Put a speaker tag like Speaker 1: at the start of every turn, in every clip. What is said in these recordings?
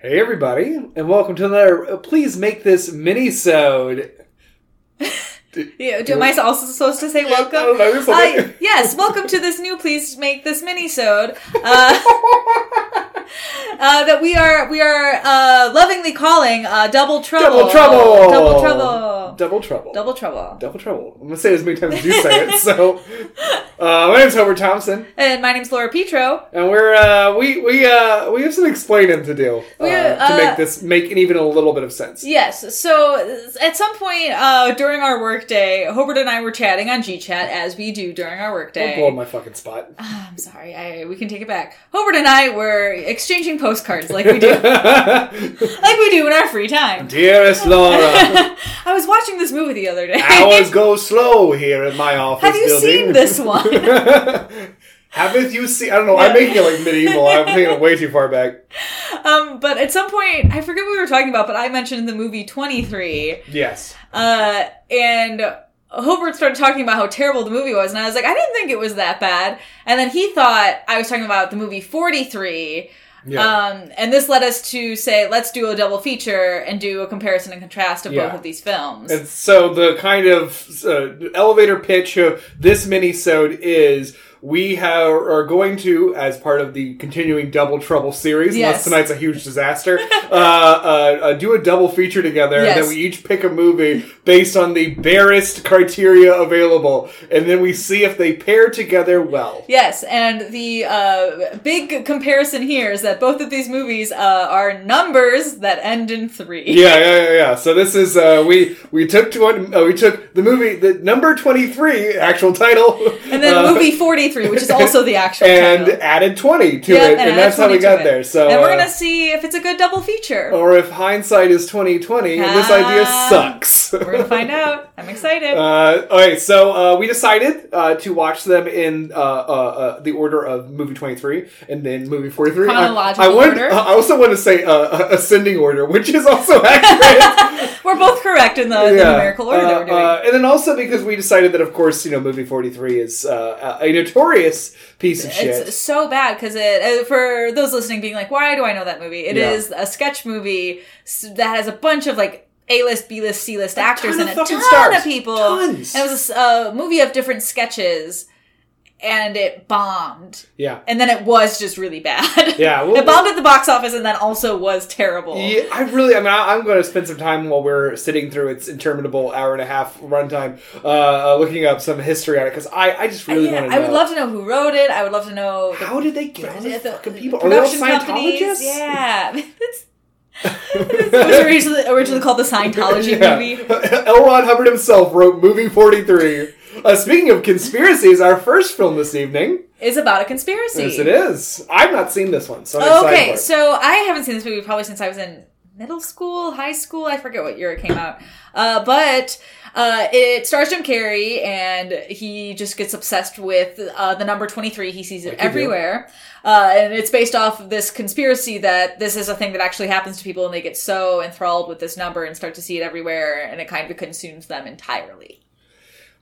Speaker 1: everybody, and welcome to another. uh, Please make this mini-sode.
Speaker 2: Yeah, do, am I also supposed to say welcome?
Speaker 1: I don't know, there's something-
Speaker 2: Uh, yes, welcome to this new. Please make this mini-sode. Uh, uh, that we are we are uh, lovingly calling uh, double
Speaker 1: Double
Speaker 2: trouble.
Speaker 1: trouble.
Speaker 2: Double trouble.
Speaker 1: Double trouble.
Speaker 2: Double trouble.
Speaker 1: Double trouble. I'm gonna say it as many times as you say it. So, uh, my name's Homer Thompson,
Speaker 2: And my name's Laura Petro.
Speaker 1: and we're uh, we we uh, we have some explaining to do uh,
Speaker 2: We, uh,
Speaker 1: to make this make it even a little bit of sense.
Speaker 2: Yes. So uh, at some point uh, during our workday, Hobart and I were chatting on GChat as we do during our workday.
Speaker 1: Don't blow my fucking spot.
Speaker 2: I'm sorry. I, we can take it back. Hobart and I were exchanging postcards like we do, like we do in our free time.
Speaker 1: Dearest Laura,
Speaker 2: I was watching this movie the other day.
Speaker 1: hours go slow here in my office
Speaker 2: Have you
Speaker 1: building.
Speaker 2: seen this one?
Speaker 1: Haven't you seen? I don't know. I'm making it like medieval. I'm taking it way too far back.
Speaker 2: um, but at some point, I forget what we were talking about, but I mentioned the movie 23.
Speaker 1: Yes.
Speaker 2: Uh, and Hobart started talking about how terrible the movie was, and I was like, I didn't think it was that bad. And then he thought I was talking about the movie 43.
Speaker 1: Yeah.
Speaker 2: Um, and this led us to say, let's do a double feature and do a comparison and contrast of
Speaker 1: Yeah.
Speaker 2: both of these films.
Speaker 1: And so the kind of uh, elevator pitch of this mini-sode is we have, are going to, as part of the continuing Double Trouble series, unless
Speaker 2: Yes.
Speaker 1: tonight's a huge disaster, uh, uh, uh, do a double feature together, and
Speaker 2: Yes.
Speaker 1: then we each pick a movie based on the barest criteria available, and then we see if they pair together well.
Speaker 2: Yes, and the uh, big comparison here is that both of these movies uh, are numbers that end in three.
Speaker 1: Yeah, yeah, yeah, yeah. So this is uh, we we took one. Uh, we took the movie, the number twenty three, actual title,
Speaker 2: And then
Speaker 1: uh,
Speaker 2: movie 43, which is also the actual
Speaker 1: and
Speaker 2: title.
Speaker 1: added twenty to
Speaker 2: Yep,
Speaker 1: it, and,
Speaker 2: add
Speaker 1: that's how
Speaker 2: 20
Speaker 1: we
Speaker 2: to
Speaker 1: got
Speaker 2: it.
Speaker 1: there. So,
Speaker 2: And we're
Speaker 1: uh, Oh.
Speaker 2: going to see if it's a good double feature.
Speaker 1: or if hindsight is twenty twenty, and this idea
Speaker 2: Ah.
Speaker 1: sucks.
Speaker 2: We're going to find out. I'm excited.
Speaker 1: Uh, all right, so uh, we decided uh, to watch them in uh, uh, uh, the order of movie 23 and then movie 43. I-
Speaker 2: Chronological
Speaker 1: I, want-
Speaker 2: order.
Speaker 1: I also want to say uh, uh, ascending order, which is also accurate.
Speaker 2: we're both correct in the, the numerical order that
Speaker 1: Uh,
Speaker 2: we're doing.
Speaker 1: uh, and then also because we decided that, of course, you know, movie 43 is uh, a a notorious piece of shit.
Speaker 2: it's so bad because it uh, for those listening being like why do i know that movie It
Speaker 1: Yeah.
Speaker 2: is a sketch movie s- that has a bunch of like a-list b-list c-list actors
Speaker 1: ton
Speaker 2: and
Speaker 1: of
Speaker 2: a
Speaker 1: fucking
Speaker 2: ton
Speaker 1: stars.
Speaker 2: of people
Speaker 1: Tons.
Speaker 2: and it was a s- a movie of different sketches and it bombed
Speaker 1: yeah.
Speaker 2: and then it was just really bad
Speaker 1: Yeah, well-
Speaker 2: it bombed at the box office and then also was terrible
Speaker 1: Yeah, I really. I mean, I, I'm going to spend some time while we're sitting through its interminable hour and a half runtime, uh, uh, looking up some history on it because I, I just really
Speaker 2: Yeah,
Speaker 1: want to.
Speaker 2: i would love to know who wrote it i would love to know the
Speaker 1: How did they get all
Speaker 2: Yeah,
Speaker 1: these
Speaker 2: the-
Speaker 1: fucking
Speaker 2: the
Speaker 1: people? Are they all
Speaker 2: production companies,
Speaker 1: Scientologists?
Speaker 2: Yeah. It's- it was originally, originally called the Scientology
Speaker 1: Yeah.
Speaker 2: movie.
Speaker 1: L. Ron Hubbard himself wrote movie 43. Uh, speaking of conspiracies, our first film this evening.
Speaker 2: It's about a conspiracy.
Speaker 1: Yes, it is. I've not seen this one, so I'm excited for
Speaker 2: Okay,
Speaker 1: it.
Speaker 2: so I haven't seen this movie probably since I was in middle school, high school. I forget what year it came out. Uh, but uh, it stars Jim Carrey, and he just gets obsessed with uh, the number 23. He sees it
Speaker 1: do.
Speaker 2: everywhere. Uh, and it's based off of this conspiracy that this is a thing that actually happens to people, and they get so enthralled with this number and start to see it everywhere, and it kind of consumes them entirely,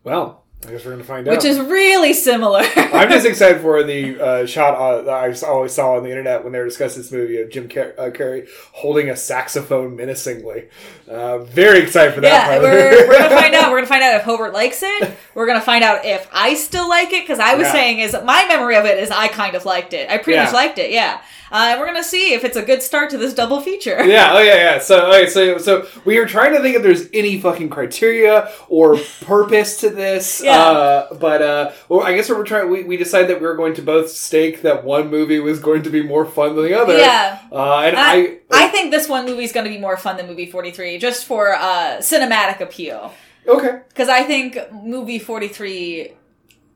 Speaker 1: Well, I guess we're gonna find out.
Speaker 2: which is really similar.
Speaker 1: I'm just excited for the uh, shot uh, that I s- always saw on the internet when they were discussing this movie of Jim Car- uh, Carrey holding a saxophone menacingly. Uh, very excited for that.
Speaker 2: Yeah,
Speaker 1: part.
Speaker 2: we're, we're gonna find out. We're gonna find out if Hobart likes it. We're gonna find out if I still like it because I was
Speaker 1: Yeah.
Speaker 2: saying is my memory of it is I kind of liked it. I pretty
Speaker 1: Yeah.
Speaker 2: much liked it. Yeah, uh, we're gonna see if it's a good start to this double feature.
Speaker 1: Yeah, oh yeah, yeah. So, okay, so, so we are trying to think if there's any fucking criteria or purpose to this.
Speaker 2: Yeah.
Speaker 1: Uh, but uh, well, I guess we're trying. We, we decided that we were going to both stake that one movie was going to be more fun than the other.
Speaker 2: Yeah.
Speaker 1: Uh, and
Speaker 2: I,
Speaker 1: I
Speaker 2: I think this one movie's going to be more fun than movie 43 just for uh, cinematic appeal
Speaker 1: okay.
Speaker 2: because i think movie 43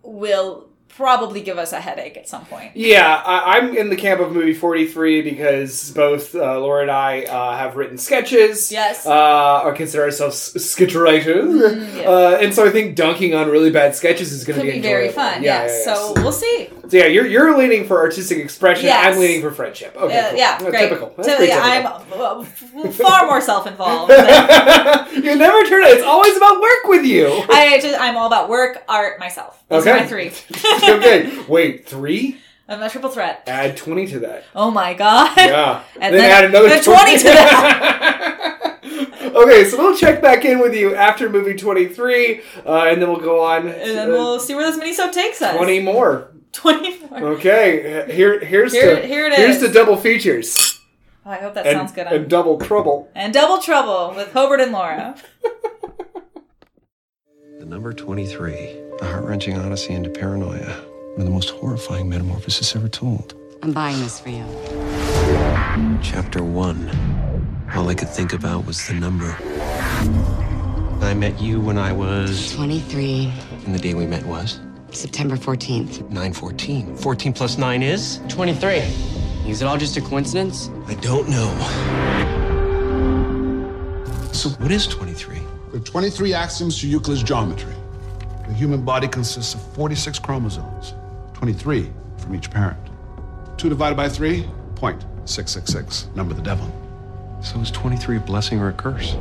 Speaker 2: will probably give us a headache at some point
Speaker 1: Yeah, I, I'm in the camp of movie 43 because both uh, Laura and I uh, have written sketches.
Speaker 2: Yes.
Speaker 1: Uh, or consider ourselves s- sketch writers.
Speaker 2: yeah.
Speaker 1: uh, and so I think dunking on really bad sketches is going
Speaker 2: could
Speaker 1: to be,
Speaker 2: be very
Speaker 1: enjoyable.
Speaker 2: fun yes so we'll see
Speaker 1: So yeah, you're you're leaning for artistic expression.
Speaker 2: Yes.
Speaker 1: I'm leaning for friendship. Okay,
Speaker 2: Uh,
Speaker 1: cool.
Speaker 2: yeah,
Speaker 1: Uh,
Speaker 2: great.
Speaker 1: typical. That's
Speaker 2: so
Speaker 1: pretty
Speaker 2: yeah, I'm
Speaker 1: typical.
Speaker 2: uh, f- far more self-involved. than-
Speaker 1: you never turn it. It's always about work with you.
Speaker 2: I just, I'm all about work, art, myself. Those are
Speaker 1: Okay.
Speaker 2: my three.
Speaker 1: okay, wait, three?
Speaker 2: I'm a triple threat.
Speaker 1: Add 20 to that.
Speaker 2: Oh my god.
Speaker 1: Yeah.
Speaker 2: And
Speaker 1: then,
Speaker 2: then-
Speaker 1: add another
Speaker 2: then 20 to
Speaker 1: that. okay, so we'll check back in with you after movie 23, uh, and then we'll go on
Speaker 2: And then
Speaker 1: to, uh,
Speaker 2: we'll see where this minisode takes us.
Speaker 1: 20 more.
Speaker 2: 24.
Speaker 1: Okay, here, here's
Speaker 2: Here-
Speaker 1: the,
Speaker 2: here it
Speaker 1: here's
Speaker 2: is.
Speaker 1: the double features.
Speaker 2: Oh, I hope that
Speaker 1: And,
Speaker 2: sounds good.
Speaker 1: and
Speaker 2: And,
Speaker 1: double trouble.
Speaker 2: Double Trouble with Hobart and Laura.
Speaker 3: The number 23, a heart wrenching odyssey into paranoia, one of the most horrifying metamorphoses ever told.
Speaker 4: I'm buying this for you.
Speaker 3: Chapter 1. All I could think about was the number. I met you when I was.
Speaker 4: 23,
Speaker 3: And the day we met was?
Speaker 4: September 14th.
Speaker 3: 914. 14 plus 9 is?
Speaker 5: 23. Is it all just a coincidence?
Speaker 3: I don't know. So, what is 23?
Speaker 6: There are 23 axioms to Euclid's geometry. The human body consists of 46 chromosomes, 23 from each parent. 2 divided by 3, 0.666, number the devil.
Speaker 3: So, is 23 a blessing or a curse?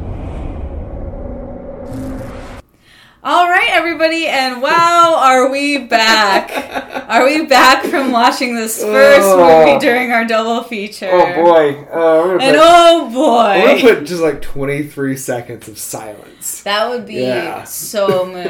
Speaker 2: All right, everybody, and wow, are we back? Are we back from watching this first
Speaker 1: Oh.
Speaker 2: movie during our double feature?
Speaker 1: Oh boy. Uh, we're gonna
Speaker 2: And
Speaker 1: put-
Speaker 2: oh
Speaker 1: I'm
Speaker 2: boy.
Speaker 1: gonna put just like 23 seconds of silence.
Speaker 2: That would be
Speaker 1: Yeah.
Speaker 2: so mood.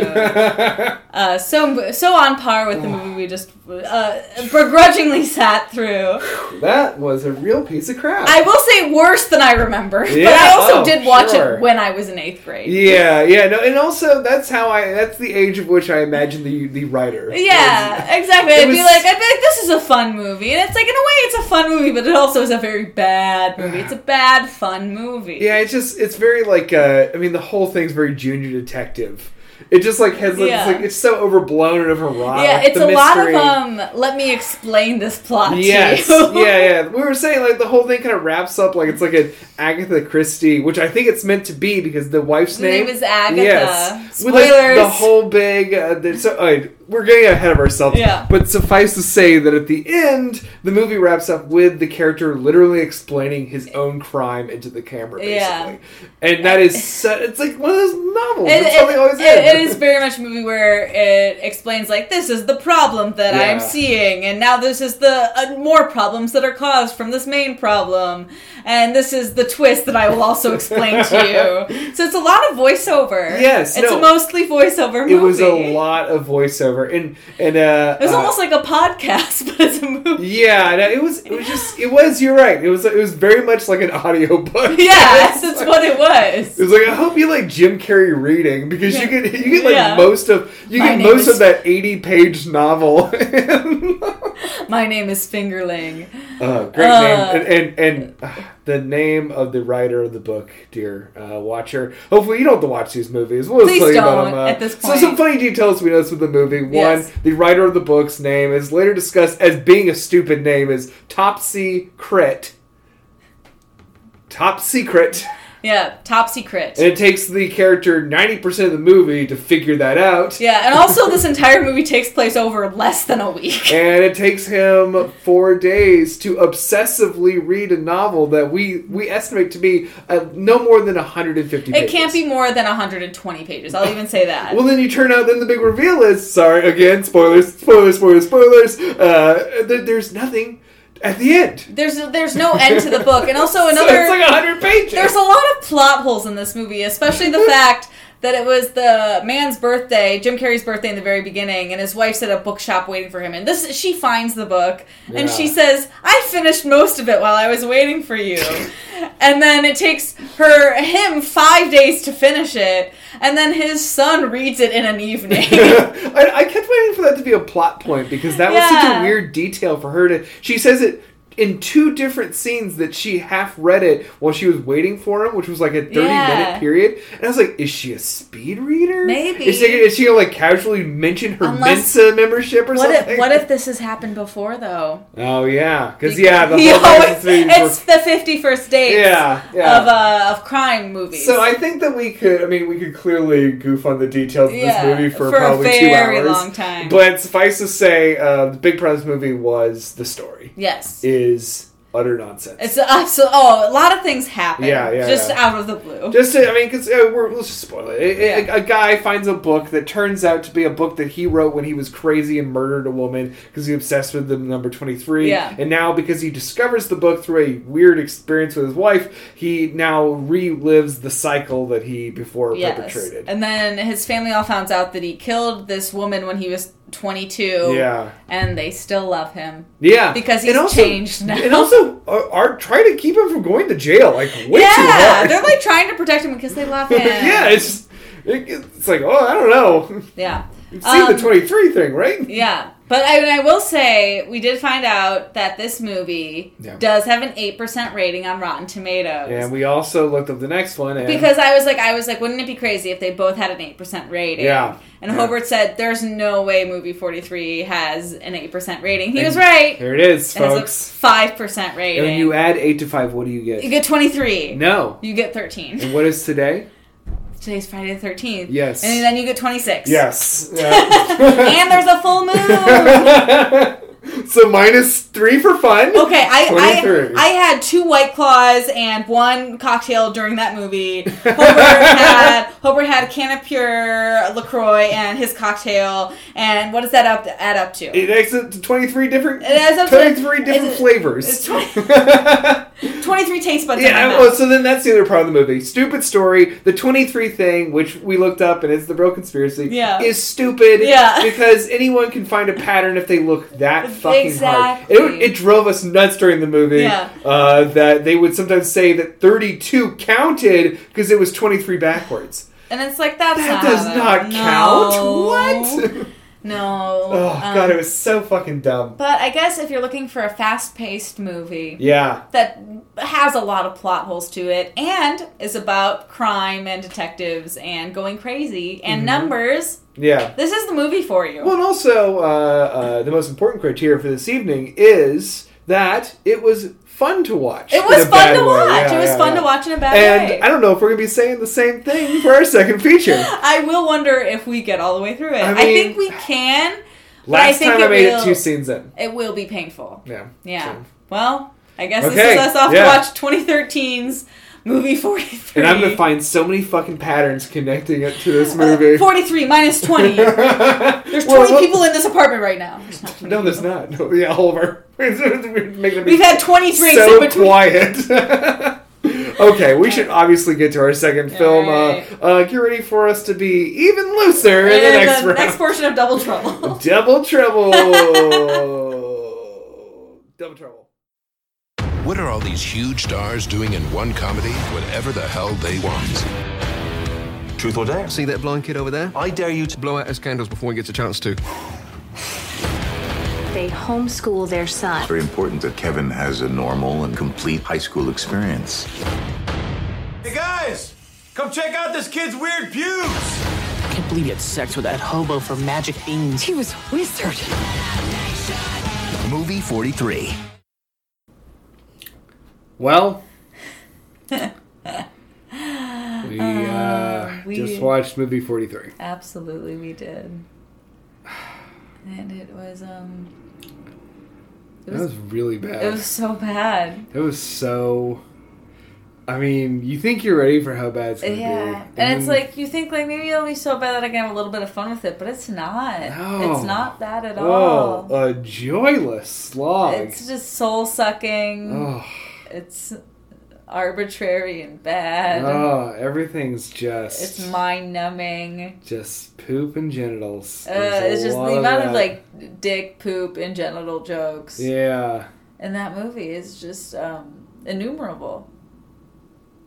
Speaker 2: uh, so so on par with the movie we just uh, begrudgingly sat through.
Speaker 1: That was a real piece of crap.
Speaker 2: I will say worse than I remember, but I
Speaker 1: Yeah,
Speaker 2: also
Speaker 1: oh,
Speaker 2: did watch
Speaker 1: sure.
Speaker 2: it when I was in eighth grade.
Speaker 1: yeah, yeah, no, and also that's how I. That's the age of which I imagine the the writer.
Speaker 2: Yeah, exactly. I'd
Speaker 1: was-
Speaker 2: be like, I'd be like, this is a fun movie, and it's like, in a way, it's a fun movie, but it also is a very bad movie. It's a bad fun movie.
Speaker 1: Yeah, it's just it's very like uh I mean the whole thing's very junior detective. It just like has like,
Speaker 2: Yeah.
Speaker 1: it's, like it's so overblown and overwrought.
Speaker 2: Yeah,
Speaker 1: like,
Speaker 2: it's
Speaker 1: Oh, the
Speaker 2: a lot of
Speaker 1: mystery.
Speaker 2: um. Let me explain this plot
Speaker 1: Yes,
Speaker 2: to
Speaker 1: yeah,
Speaker 2: you.
Speaker 1: yeah. We were saying like the whole thing kind of wraps up like it's like an Agatha Christie, which I think it's meant to be because the wife's
Speaker 2: The name
Speaker 1: name,
Speaker 2: is Agatha.
Speaker 1: With, like,
Speaker 2: Spoilers.
Speaker 1: the whole big. Uh, the- so, all right, we're getting ahead of ourselves.
Speaker 2: Yeah.
Speaker 1: But suffice to say that at the end, the movie wraps up with the character literally explaining his own crime into the camera, basically.
Speaker 2: Yeah.
Speaker 1: And that is so, it's like one of those novels.
Speaker 2: It-
Speaker 1: That's
Speaker 2: it-
Speaker 1: how they always
Speaker 2: it-
Speaker 1: end.
Speaker 2: it is very much a movie where it explains like this is the problem that I'm
Speaker 1: Yeah.
Speaker 2: seeing, and now this is the uh, more problems that are caused from this main problem, and this is the twist that I will also explain to you. So it's a lot of voiceover.
Speaker 1: Yes,
Speaker 2: it's
Speaker 1: no.
Speaker 2: a mostly voiceover. Movie.
Speaker 1: It was a lot of voiceover and and uh,
Speaker 2: It was
Speaker 1: uh,
Speaker 2: almost like a podcast, but it's a movie.
Speaker 1: Yeah, no, it was. It was just. It was. You're right. It was. It was very much like an audiobook.
Speaker 2: Yes, that's what it
Speaker 1: It
Speaker 2: was.
Speaker 1: was like I hope you like Jim Carrey reading because you get you get like
Speaker 2: Yeah.
Speaker 1: most of you
Speaker 2: My
Speaker 1: get
Speaker 2: name
Speaker 1: most
Speaker 2: is-
Speaker 1: of that eighty page novel.
Speaker 2: My name is Fingerling.
Speaker 1: Uh, great
Speaker 2: Uh.
Speaker 1: name and and, and uh, the name of the writer of the book, dear uh, watcher. Hopefully you don't have to watch these movies. We'll just
Speaker 2: Please
Speaker 1: tell you about
Speaker 2: don't
Speaker 1: them. uh,
Speaker 2: at this
Speaker 1: So
Speaker 2: point.
Speaker 1: some funny details we noticed with the movie. One,
Speaker 2: Yes.
Speaker 1: the writer of the book's name is later discussed as being a stupid name is Topsy Crit. Top secret.
Speaker 2: Yeah, top secret.
Speaker 1: And it takes the character 90% of the movie to figure that out.
Speaker 2: yeah, and also this entire movie takes place over less than a week.
Speaker 1: And it takes him four days to obsessively read a novel that we, we estimate to be uh, no more than 150 pages.
Speaker 2: It can't be more than 120 pages. I'll even say that.
Speaker 1: Well, then you turn out, then the big reveal is sorry, again, spoilers, spoilers, spoilers, spoilers. Uh, there, there's nothing at the end.
Speaker 2: there's there's no end to the book, and also
Speaker 1: So
Speaker 2: another
Speaker 1: it's like 100 pages.
Speaker 2: there's a lot of plot holes in this movie, especially the fact that it was the man's birthday, Jim Carrey's birthday in the very beginning, and his wife's at a bookshop waiting for him. And this she finds the book
Speaker 1: Yeah.
Speaker 2: and she says, "I finished most of it while I was waiting for you." and then it takes her him 5 days to finish it, and then his son reads it in an evening.
Speaker 1: I, I kept waiting for that to be a plot point because that was such a
Speaker 2: Yeah.
Speaker 1: weird detail for her to. She says it in two different scenes that she half read it while she was waiting for him, which was like a thirty
Speaker 2: Yeah.
Speaker 1: minute period. And I was like, is she a speed reader?
Speaker 2: Maybe.
Speaker 1: Is she, is she gonna like casually mention her
Speaker 2: Unless-
Speaker 1: Mensa membership or
Speaker 2: what
Speaker 1: something?
Speaker 2: if what if this has happened before though?
Speaker 1: Oh yeah, because yeah, the
Speaker 2: he
Speaker 1: whole
Speaker 2: always,
Speaker 1: thing
Speaker 2: it's the 51st dates
Speaker 1: Yeah, yeah.
Speaker 2: Of, uh, of crime movies.
Speaker 1: So I think that we could. I mean, we could clearly goof on the details of
Speaker 2: Yeah,
Speaker 1: this movie for,
Speaker 2: for a
Speaker 1: probably
Speaker 2: very
Speaker 1: two hours,
Speaker 2: long time.
Speaker 1: But suffice to say, uh, the big part of this movie was the story.
Speaker 2: yes.
Speaker 1: Is utter nonsense.
Speaker 2: It's absolutely oh, a lot of things happen.
Speaker 1: Yeah, yeah,
Speaker 2: Just
Speaker 1: yeah.
Speaker 2: out of the blue.
Speaker 1: Just, to, I mean, because uh, we're let's just spoil it. A, a- a guy finds a book that turns out to be a book that he wrote when he was crazy and murdered a woman because he was obsessed with the number twenty three.
Speaker 2: Yeah.
Speaker 1: And now, because he discovers the book through a weird experience with his wife, he now relives the cycle that he before perpetrated.
Speaker 2: And then his family all found out that he killed this woman when he was 22.
Speaker 1: Yeah.
Speaker 2: And they still love him.
Speaker 1: yeah,
Speaker 2: Because
Speaker 1: And
Speaker 2: he's changed now.
Speaker 1: And also, are, are trying to keep him from going to jail like way too
Speaker 2: yeah,
Speaker 1: hard.
Speaker 2: they're like trying to protect him because they love him.
Speaker 1: yeah, it's just, it, it's like oh, I don't know.
Speaker 2: yeah.
Speaker 1: You've seen
Speaker 2: Um,
Speaker 1: the twenty three thing, right?
Speaker 2: Yeah. But I, I will say, we did find out that this movie
Speaker 1: Yeah.
Speaker 2: does have an 8% rating on Rotten Tomatoes.
Speaker 1: And we also looked up the next one. And
Speaker 2: because I was like, I was like, wouldn't it be crazy if they both had an eight percent rating?
Speaker 1: Yeah.
Speaker 2: And
Speaker 1: Yeah.
Speaker 2: Hobart said, "There's no way movie forty three has an eight percent rating." He was right.
Speaker 1: There it is,
Speaker 2: It has a
Speaker 1: folks.
Speaker 2: five percent rating.
Speaker 1: And when you add eight to five, what do you
Speaker 2: You
Speaker 1: get?
Speaker 2: get 23.
Speaker 1: No.
Speaker 2: You get 13.
Speaker 1: And what is today?
Speaker 2: Today's Friday the 13th.
Speaker 1: Yes.
Speaker 2: And then you get 26.
Speaker 1: Yes.
Speaker 2: And there's a full moon. okay,
Speaker 1: so minus three for fun.
Speaker 2: I,
Speaker 1: 23.
Speaker 2: I I had two White Claws and one cocktail during that movie. Hobart had, Hobart had a can of pure LaCroix and his cocktail. And what does that up add up to?
Speaker 1: It adds up to twenty three different.
Speaker 2: It adds up to-
Speaker 1: twenty three different
Speaker 2: it's-
Speaker 1: flavors.
Speaker 2: it's 20 23 taste buds. in my
Speaker 1: Yeah,
Speaker 2: mouth.
Speaker 1: well, so then that's the other part of the movie. Stupid story. The 23 thing, which we looked up and it's the real conspiracy,
Speaker 2: Yeah.
Speaker 1: is stupid
Speaker 2: Yeah.
Speaker 1: because anyone can find a pattern if they look that fucking
Speaker 2: Exactly.
Speaker 1: hard. It, it drove us nuts during the movie
Speaker 2: Yeah.
Speaker 1: uh, that they would sometimes say that 32 counted because it was 23 backwards.
Speaker 2: and it's like, that's
Speaker 1: That
Speaker 2: not
Speaker 1: does
Speaker 2: how
Speaker 1: not
Speaker 2: No.
Speaker 1: count. What?
Speaker 2: No.
Speaker 1: oh,
Speaker 2: Um,
Speaker 1: God, it was so fucking dumb.
Speaker 2: But I guess if you're looking for a fast paced movie
Speaker 1: Yeah.
Speaker 2: that has a lot of plot holes to it and is about crime and detectives and going crazy
Speaker 1: Mm-hmm.
Speaker 2: and numbers,
Speaker 1: Yeah.
Speaker 2: this is the movie for you.
Speaker 1: Well, and also, uh, uh, the most important criteria for this evening is that it was fun to watch.
Speaker 2: it was
Speaker 1: in a
Speaker 2: fun
Speaker 1: bad
Speaker 2: to
Speaker 1: way.
Speaker 2: watch.
Speaker 1: Yeah,
Speaker 2: it was
Speaker 1: yeah,
Speaker 2: fun
Speaker 1: yeah.
Speaker 2: to watch in a bad
Speaker 1: And
Speaker 2: way.
Speaker 1: I don't know if we're going to be saying the same thing for our second feature.
Speaker 2: I will wonder if we get all the way through it.
Speaker 1: I
Speaker 2: I,
Speaker 1: mean-
Speaker 2: think we can. but
Speaker 1: Last
Speaker 2: think
Speaker 1: time I made it
Speaker 2: will-
Speaker 1: two scenes in.
Speaker 2: It will be painful.
Speaker 1: Yeah.
Speaker 2: Yeah.
Speaker 1: So-
Speaker 2: Well, I guess
Speaker 1: Okay,
Speaker 2: this is us off
Speaker 1: yeah.
Speaker 2: to watch 2013's movie 43.
Speaker 1: And I'm going to find so many fucking patterns connecting it to this movie.
Speaker 2: 43 minus 20. There's 20
Speaker 1: Well, what-
Speaker 2: people in this apartment right now.
Speaker 1: No, there's not. No, yeah, all of our. we're making a big
Speaker 2: We've had 20 drinks
Speaker 1: so
Speaker 2: in between.
Speaker 1: quiet. okay, we should obviously get to our second film.
Speaker 2: right.
Speaker 1: Uh, uh, get ready for us to be even looser in the
Speaker 2: And
Speaker 1: next
Speaker 2: the
Speaker 1: round.
Speaker 2: next portion of Double Trouble.
Speaker 1: Double trouble. Double trouble.
Speaker 7: What are all these huge stars doing in one comedy? Whatever the hell they want.
Speaker 8: Truth or dare?
Speaker 3: See that blonde kid over there?
Speaker 8: I dare you to
Speaker 3: Blow out his candles before he gets a chance to.
Speaker 9: They homeschool their son.
Speaker 8: very important that Kevin has a normal and complete high school experience. Hey guys, come check out this kid's weird pubes.
Speaker 5: I can't believe he had sex with that hobo for magic beans.
Speaker 4: He was a wizard.
Speaker 7: Movie 43.
Speaker 1: Well, we, uh,
Speaker 2: we-
Speaker 1: just watched movie 43.
Speaker 2: Absolutely, we did. And it was, um,
Speaker 1: That was really bad.
Speaker 2: it was so bad.
Speaker 1: It was so. I mean, you think you're ready for how bad it's gonna be,
Speaker 2: Yeah. And, it's
Speaker 1: then-
Speaker 2: like, you think, like, maybe it'll be so bad that I can have a little bit of fun with it, but it's not.
Speaker 1: No.
Speaker 2: It's not that at
Speaker 1: oh,
Speaker 2: all.
Speaker 1: a joyless slog.
Speaker 2: It's just soul sucking.
Speaker 1: oh,
Speaker 2: It's arbitrary and bad.
Speaker 1: oh, everything's just
Speaker 2: It's mind numbing.
Speaker 1: just poop and genitals.
Speaker 2: Uh,
Speaker 1: There's a
Speaker 2: it's just the
Speaker 1: lot of
Speaker 2: amount
Speaker 1: that.
Speaker 2: of, like dick, poop, and genital jokes
Speaker 1: yeah.
Speaker 2: in that movie is just um, innumerable.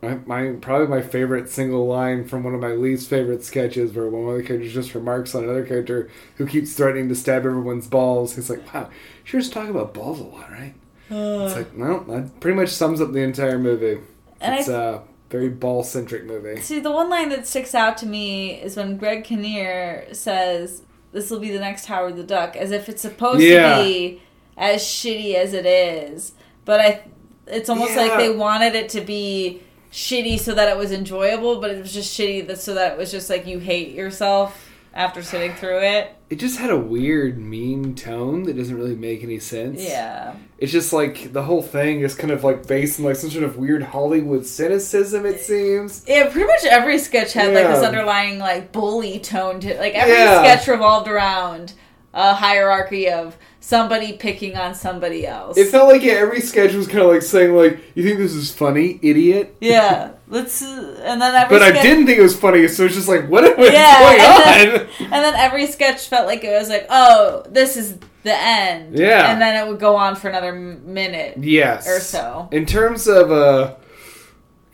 Speaker 1: My, my probably my favorite single line from one of my least favorite sketches, where one of the characters just remarks on another character who keeps threatening to stab everyone's balls. He's like, "Wow, sure just talk about balls a lot, right?" it's
Speaker 2: Uh.
Speaker 1: like, well, that pretty much sums up the entire movie.
Speaker 2: And I
Speaker 1: it's a very ball centric movie.
Speaker 2: see the one line that sticks out to me is when Greg Kinnear says, "This will be the next Howard the Duck," as if it's supposed
Speaker 1: Yeah.
Speaker 2: to be as shitty as it is. But I, it's almost
Speaker 1: Yeah.
Speaker 2: like they wanted it to be shitty so that it was enjoyable, but it was just shitty that so that it was just like you hate yourself after sitting through it.
Speaker 1: it just had a weird mean tone that doesn't really make any sense.
Speaker 2: Yeah.
Speaker 1: It's just like the whole thing is kind of like based on like some sort of weird Hollywood cynicism it seems.
Speaker 2: Yeah, pretty much every sketch had like this
Speaker 1: Yeah.
Speaker 2: underlying like bully tone to it. Like every
Speaker 1: Yeah.
Speaker 2: sketch revolved around a hierarchy of somebody picking on somebody else.
Speaker 1: It felt like yeah, every sketch was kind of like saying like, "You think this is funny, idiot?"
Speaker 2: yeah, let's uh, and then every
Speaker 1: But I
Speaker 2: sketch-
Speaker 1: didn't think it was funny, so it's just like, what is
Speaker 2: Yeah, and
Speaker 1: going on?
Speaker 2: then, and then every sketch felt like it was like, oh, this is the end.
Speaker 1: Yeah.
Speaker 2: and then it would go on for another m- minute.
Speaker 1: Yes.
Speaker 2: Or so.
Speaker 1: In terms of uh,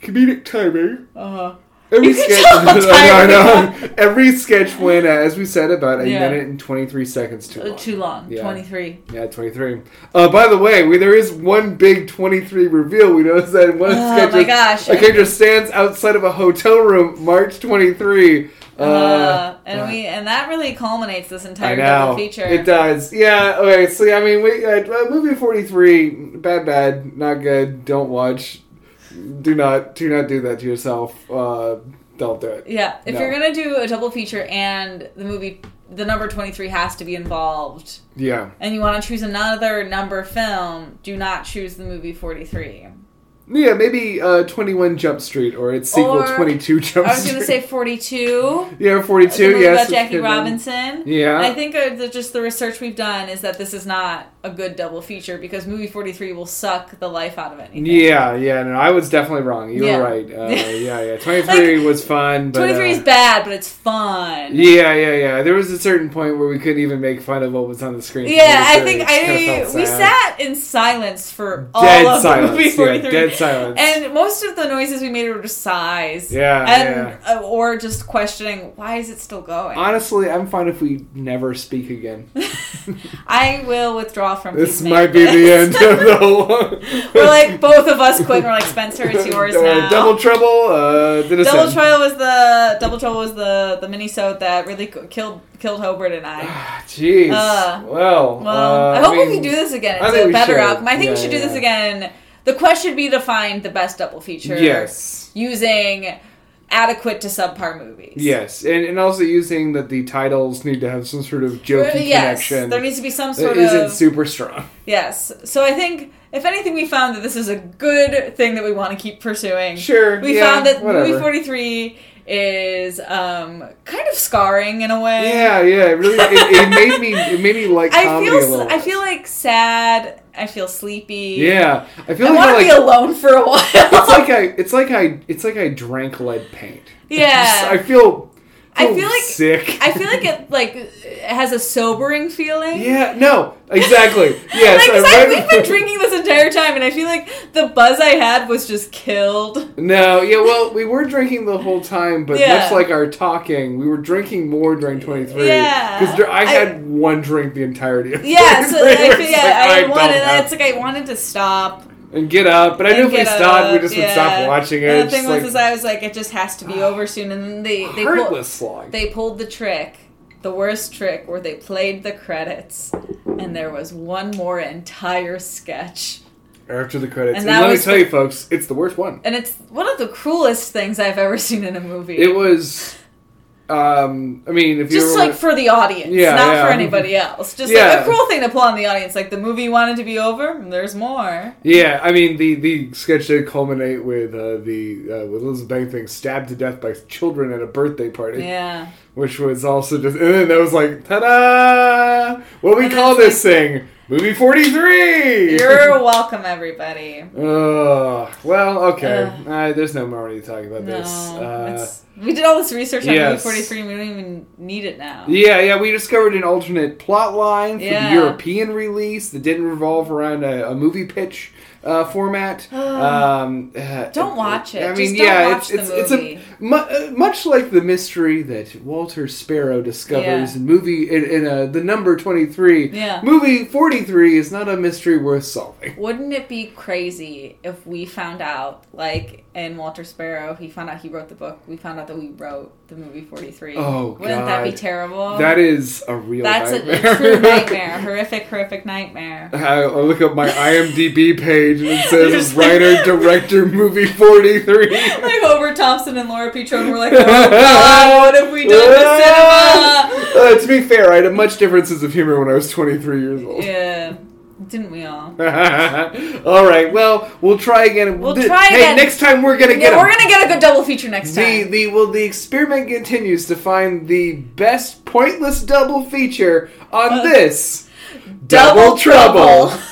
Speaker 1: comedic timing,
Speaker 2: Uh-huh.
Speaker 1: every
Speaker 2: You can
Speaker 1: sketch.
Speaker 2: tell I'm
Speaker 1: I know, I
Speaker 2: tired.
Speaker 1: know. Every sketch went, uh, as we said, about a
Speaker 2: Yeah. Uh,
Speaker 1: minute and twenty three seconds too long.
Speaker 2: Too long.
Speaker 1: Yeah.
Speaker 2: Twenty three.
Speaker 1: Yeah, 23. Uh, by the way, we, there is one big 23 reveal. We noticed that in one of the
Speaker 2: Oh,
Speaker 1: sketches.
Speaker 2: my gosh.
Speaker 1: A character stands outside of a hotel room, March 23. Uh,
Speaker 2: Uh, and
Speaker 1: uh,
Speaker 2: we and that really culminates this entire
Speaker 1: I know.
Speaker 2: double feature.
Speaker 1: It does. Yeah, okay, so yeah, I mean, we, uh, uh, movie 43, bad, bad, not good, don't watch. Do not, do not do that to yourself. Uh, don't do it.
Speaker 2: Yeah, if
Speaker 1: No.
Speaker 2: you're gonna do a double feature and the movie, the number twenty three has to be involved,
Speaker 1: Yeah.
Speaker 2: and you want to choose another number film, do not choose the movie forty three.
Speaker 1: Yeah, maybe uh, 21 Jump Street or its sequel,
Speaker 2: Or-
Speaker 1: 22 Jump Street.
Speaker 2: I was gonna say forty two.
Speaker 1: Yeah,
Speaker 2: The
Speaker 1: 42,
Speaker 2: movie
Speaker 1: yes.
Speaker 2: about Jackie
Speaker 1: it's-
Speaker 2: Robinson.
Speaker 1: Yeah.
Speaker 2: And I think uh, that just the research we've done is that this is not a good double feature because movie forty three will suck the life out of anything.
Speaker 1: Yeah, yeah, no, I was definitely wrong. You
Speaker 2: Yeah.
Speaker 1: were right. Uh, yeah, yeah. 23 was fun, but.
Speaker 2: Twenty three
Speaker 1: uh,
Speaker 2: is bad, but it's fun.
Speaker 1: Yeah, yeah, yeah. There was a certain point where we couldn't even make fun of what was on the screen.
Speaker 2: Yeah, I
Speaker 1: It
Speaker 2: think
Speaker 1: just kinda
Speaker 2: I
Speaker 1: felt
Speaker 2: we
Speaker 1: sad.
Speaker 2: sat in silence for all
Speaker 1: Dead
Speaker 2: of
Speaker 1: silence,
Speaker 2: the movie
Speaker 1: yeah,
Speaker 2: 43.
Speaker 1: dead silence.
Speaker 2: And most of the noises we made were just sighs.
Speaker 1: Yeah,
Speaker 2: And uh, or just questioning why is it still going?
Speaker 1: Honestly, I'm fine if we never speak again.
Speaker 2: I will withdraw from
Speaker 1: This
Speaker 2: these
Speaker 1: might be the end
Speaker 2: magnets.
Speaker 1: of the whole.
Speaker 2: we're like both of us quit. and We're like Spencer, it's yours
Speaker 1: Uh,
Speaker 2: now.
Speaker 1: Double trouble. Uh, did us
Speaker 2: Double
Speaker 1: in.
Speaker 2: Trouble was the Double Trouble was the the minisode that really c- killed killed Hobart and I.
Speaker 1: Jeez.
Speaker 2: Uh,
Speaker 1: well,
Speaker 2: Well,
Speaker 1: uh,
Speaker 2: I hope
Speaker 1: mean,
Speaker 2: we can do this again.
Speaker 1: I
Speaker 2: It's
Speaker 1: think
Speaker 2: a
Speaker 1: we
Speaker 2: better
Speaker 1: should.
Speaker 2: outcome. I think we
Speaker 1: Yeah,
Speaker 2: should do
Speaker 1: yeah.
Speaker 2: this again. The quest should be to find the best double feature.
Speaker 1: Yes.
Speaker 2: using adequate to subpar movies.
Speaker 1: Yes, and, and also using that the titles need to have some sort of
Speaker 2: Uh,
Speaker 1: jokey
Speaker 2: yes.
Speaker 1: connection.
Speaker 2: There needs to be some
Speaker 1: that
Speaker 2: sort
Speaker 1: isn't
Speaker 2: of
Speaker 1: super strong.
Speaker 2: yes. So I think if anything, we found that this is a good thing that we want to keep pursuing.
Speaker 1: Sure,
Speaker 2: we
Speaker 1: yeah,
Speaker 2: found that
Speaker 1: whatever.
Speaker 2: movie forty three is um kind of scarring in a way.
Speaker 1: Yeah, yeah, it really. It, it made me. It made me like
Speaker 2: I
Speaker 1: comedy
Speaker 2: feel
Speaker 1: a little.
Speaker 2: I feel like sad. I feel sleepy.
Speaker 1: yeah, I feel
Speaker 2: I
Speaker 1: like,
Speaker 2: want to
Speaker 1: I,
Speaker 2: be
Speaker 1: like
Speaker 2: alone for a
Speaker 1: it's
Speaker 2: while.
Speaker 1: like I. It's like I. It's like I drank lead paint.
Speaker 2: Yeah.
Speaker 1: I feel.
Speaker 2: I
Speaker 1: feel
Speaker 2: feel like-
Speaker 1: sick.
Speaker 2: I feel like it like it has a sobering feeling.
Speaker 1: yeah. No. Exactly. Yes.
Speaker 2: Like, 'cause
Speaker 1: I
Speaker 2: I,
Speaker 1: read-
Speaker 2: we've been drinking this entire time, and I feel like the buzz I had was just killed.
Speaker 1: No. Yeah. Well, we were drinking the whole time, but
Speaker 2: Yeah.
Speaker 1: much like our talking, we were drinking more during twenty three.
Speaker 2: Yeah.
Speaker 1: Because I
Speaker 2: I-
Speaker 1: had one drink the entirety of.
Speaker 2: Yeah, so
Speaker 1: 23.
Speaker 2: I,
Speaker 1: It's
Speaker 2: feel,
Speaker 1: like,
Speaker 2: yeah, I,
Speaker 1: don't
Speaker 2: wanted.
Speaker 1: know.
Speaker 2: It's like I wanted to stop.
Speaker 1: and get up, but I knew
Speaker 2: and
Speaker 1: if we
Speaker 2: get
Speaker 1: stopped, we
Speaker 2: up,
Speaker 1: just would
Speaker 2: yeah.
Speaker 1: stop watching it.
Speaker 2: And the
Speaker 1: It's
Speaker 2: thing
Speaker 1: just
Speaker 2: was,
Speaker 1: like,
Speaker 2: is I was like, it just has to be over soon, and then they they pulled,
Speaker 1: heartless slog.
Speaker 2: they pulled the trick, the worst trick, where they played the credits, and there was one more entire sketch.
Speaker 1: After the credits. And,
Speaker 2: And that
Speaker 1: let me
Speaker 2: was
Speaker 1: tell
Speaker 2: the-
Speaker 1: you, folks, it's the worst one.
Speaker 2: And it's one of the cruelest things I've ever seen in a movie.
Speaker 1: It was. Um, I mean, if
Speaker 2: just
Speaker 1: you
Speaker 2: like for the audience,
Speaker 1: Yeah,
Speaker 2: not
Speaker 1: yeah.
Speaker 2: for anybody else. Just like
Speaker 1: Yeah.
Speaker 2: a cruel thing to pull on the audience. Like the movie wanted to be over, there's more.
Speaker 1: yeah, I mean the the sketch did culminate with uh, the uh, with Elizabeth Banks being stabbed to death by children at a birthday party,
Speaker 2: Yeah,
Speaker 1: which was also just and then that was like ta da! What do we
Speaker 2: And
Speaker 1: call
Speaker 2: then
Speaker 1: this thing? Movie forty three.
Speaker 2: you're welcome, everybody.
Speaker 1: Ugh. well, okay. Uh, there's no more to talk about
Speaker 2: No,
Speaker 1: this. Uh,
Speaker 2: it's- we did all this research on
Speaker 1: yes.
Speaker 2: movie 43. and We don't even need it now.
Speaker 1: Yeah, yeah, we discovered an alternate plot line for
Speaker 2: Yeah.
Speaker 1: the European release that didn't revolve around a, a movie pitch uh, format. um, uh,
Speaker 2: Don't watch it. Just don't watch the movie.
Speaker 1: a mu- uh, much like the mystery that Walter Sparrow discovers
Speaker 2: Yeah.
Speaker 1: in movie in, in uh, the number twenty three.
Speaker 2: Yeah.
Speaker 1: movie forty three is not a mystery worth solving.
Speaker 2: Wouldn't it be crazy if we found out, like in Walter Sparrow, he found out he wrote the book. We found out that we wrote the movie 43.
Speaker 1: Oh,
Speaker 2: Wouldn't that be
Speaker 1: God.
Speaker 2: terrible?
Speaker 1: That is a real.
Speaker 2: Oh. That's a,
Speaker 1: nightmare.
Speaker 2: a true nightmare. horrific, horrific nightmare.
Speaker 1: I I look up my IMDb page and it says writer, director, movie 43.
Speaker 2: like Hobart Thompson and Laura Petron were like, oh god, what have we done to cinema?
Speaker 1: Uh, to be fair, I had a much different sense of humor when I was 23 years old.
Speaker 2: Yeah. Didn't we all?
Speaker 1: All right. Well, we'll try again.
Speaker 2: We'll
Speaker 1: Th-
Speaker 2: try
Speaker 1: hey,
Speaker 2: again.
Speaker 1: next time we're gonna get
Speaker 2: Yeah, we're
Speaker 1: 'em.
Speaker 2: gonna get a good double feature next
Speaker 1: the
Speaker 2: time.
Speaker 1: the well the experiment continues to find the best pointless double feature on this
Speaker 2: Double Uh, Trouble.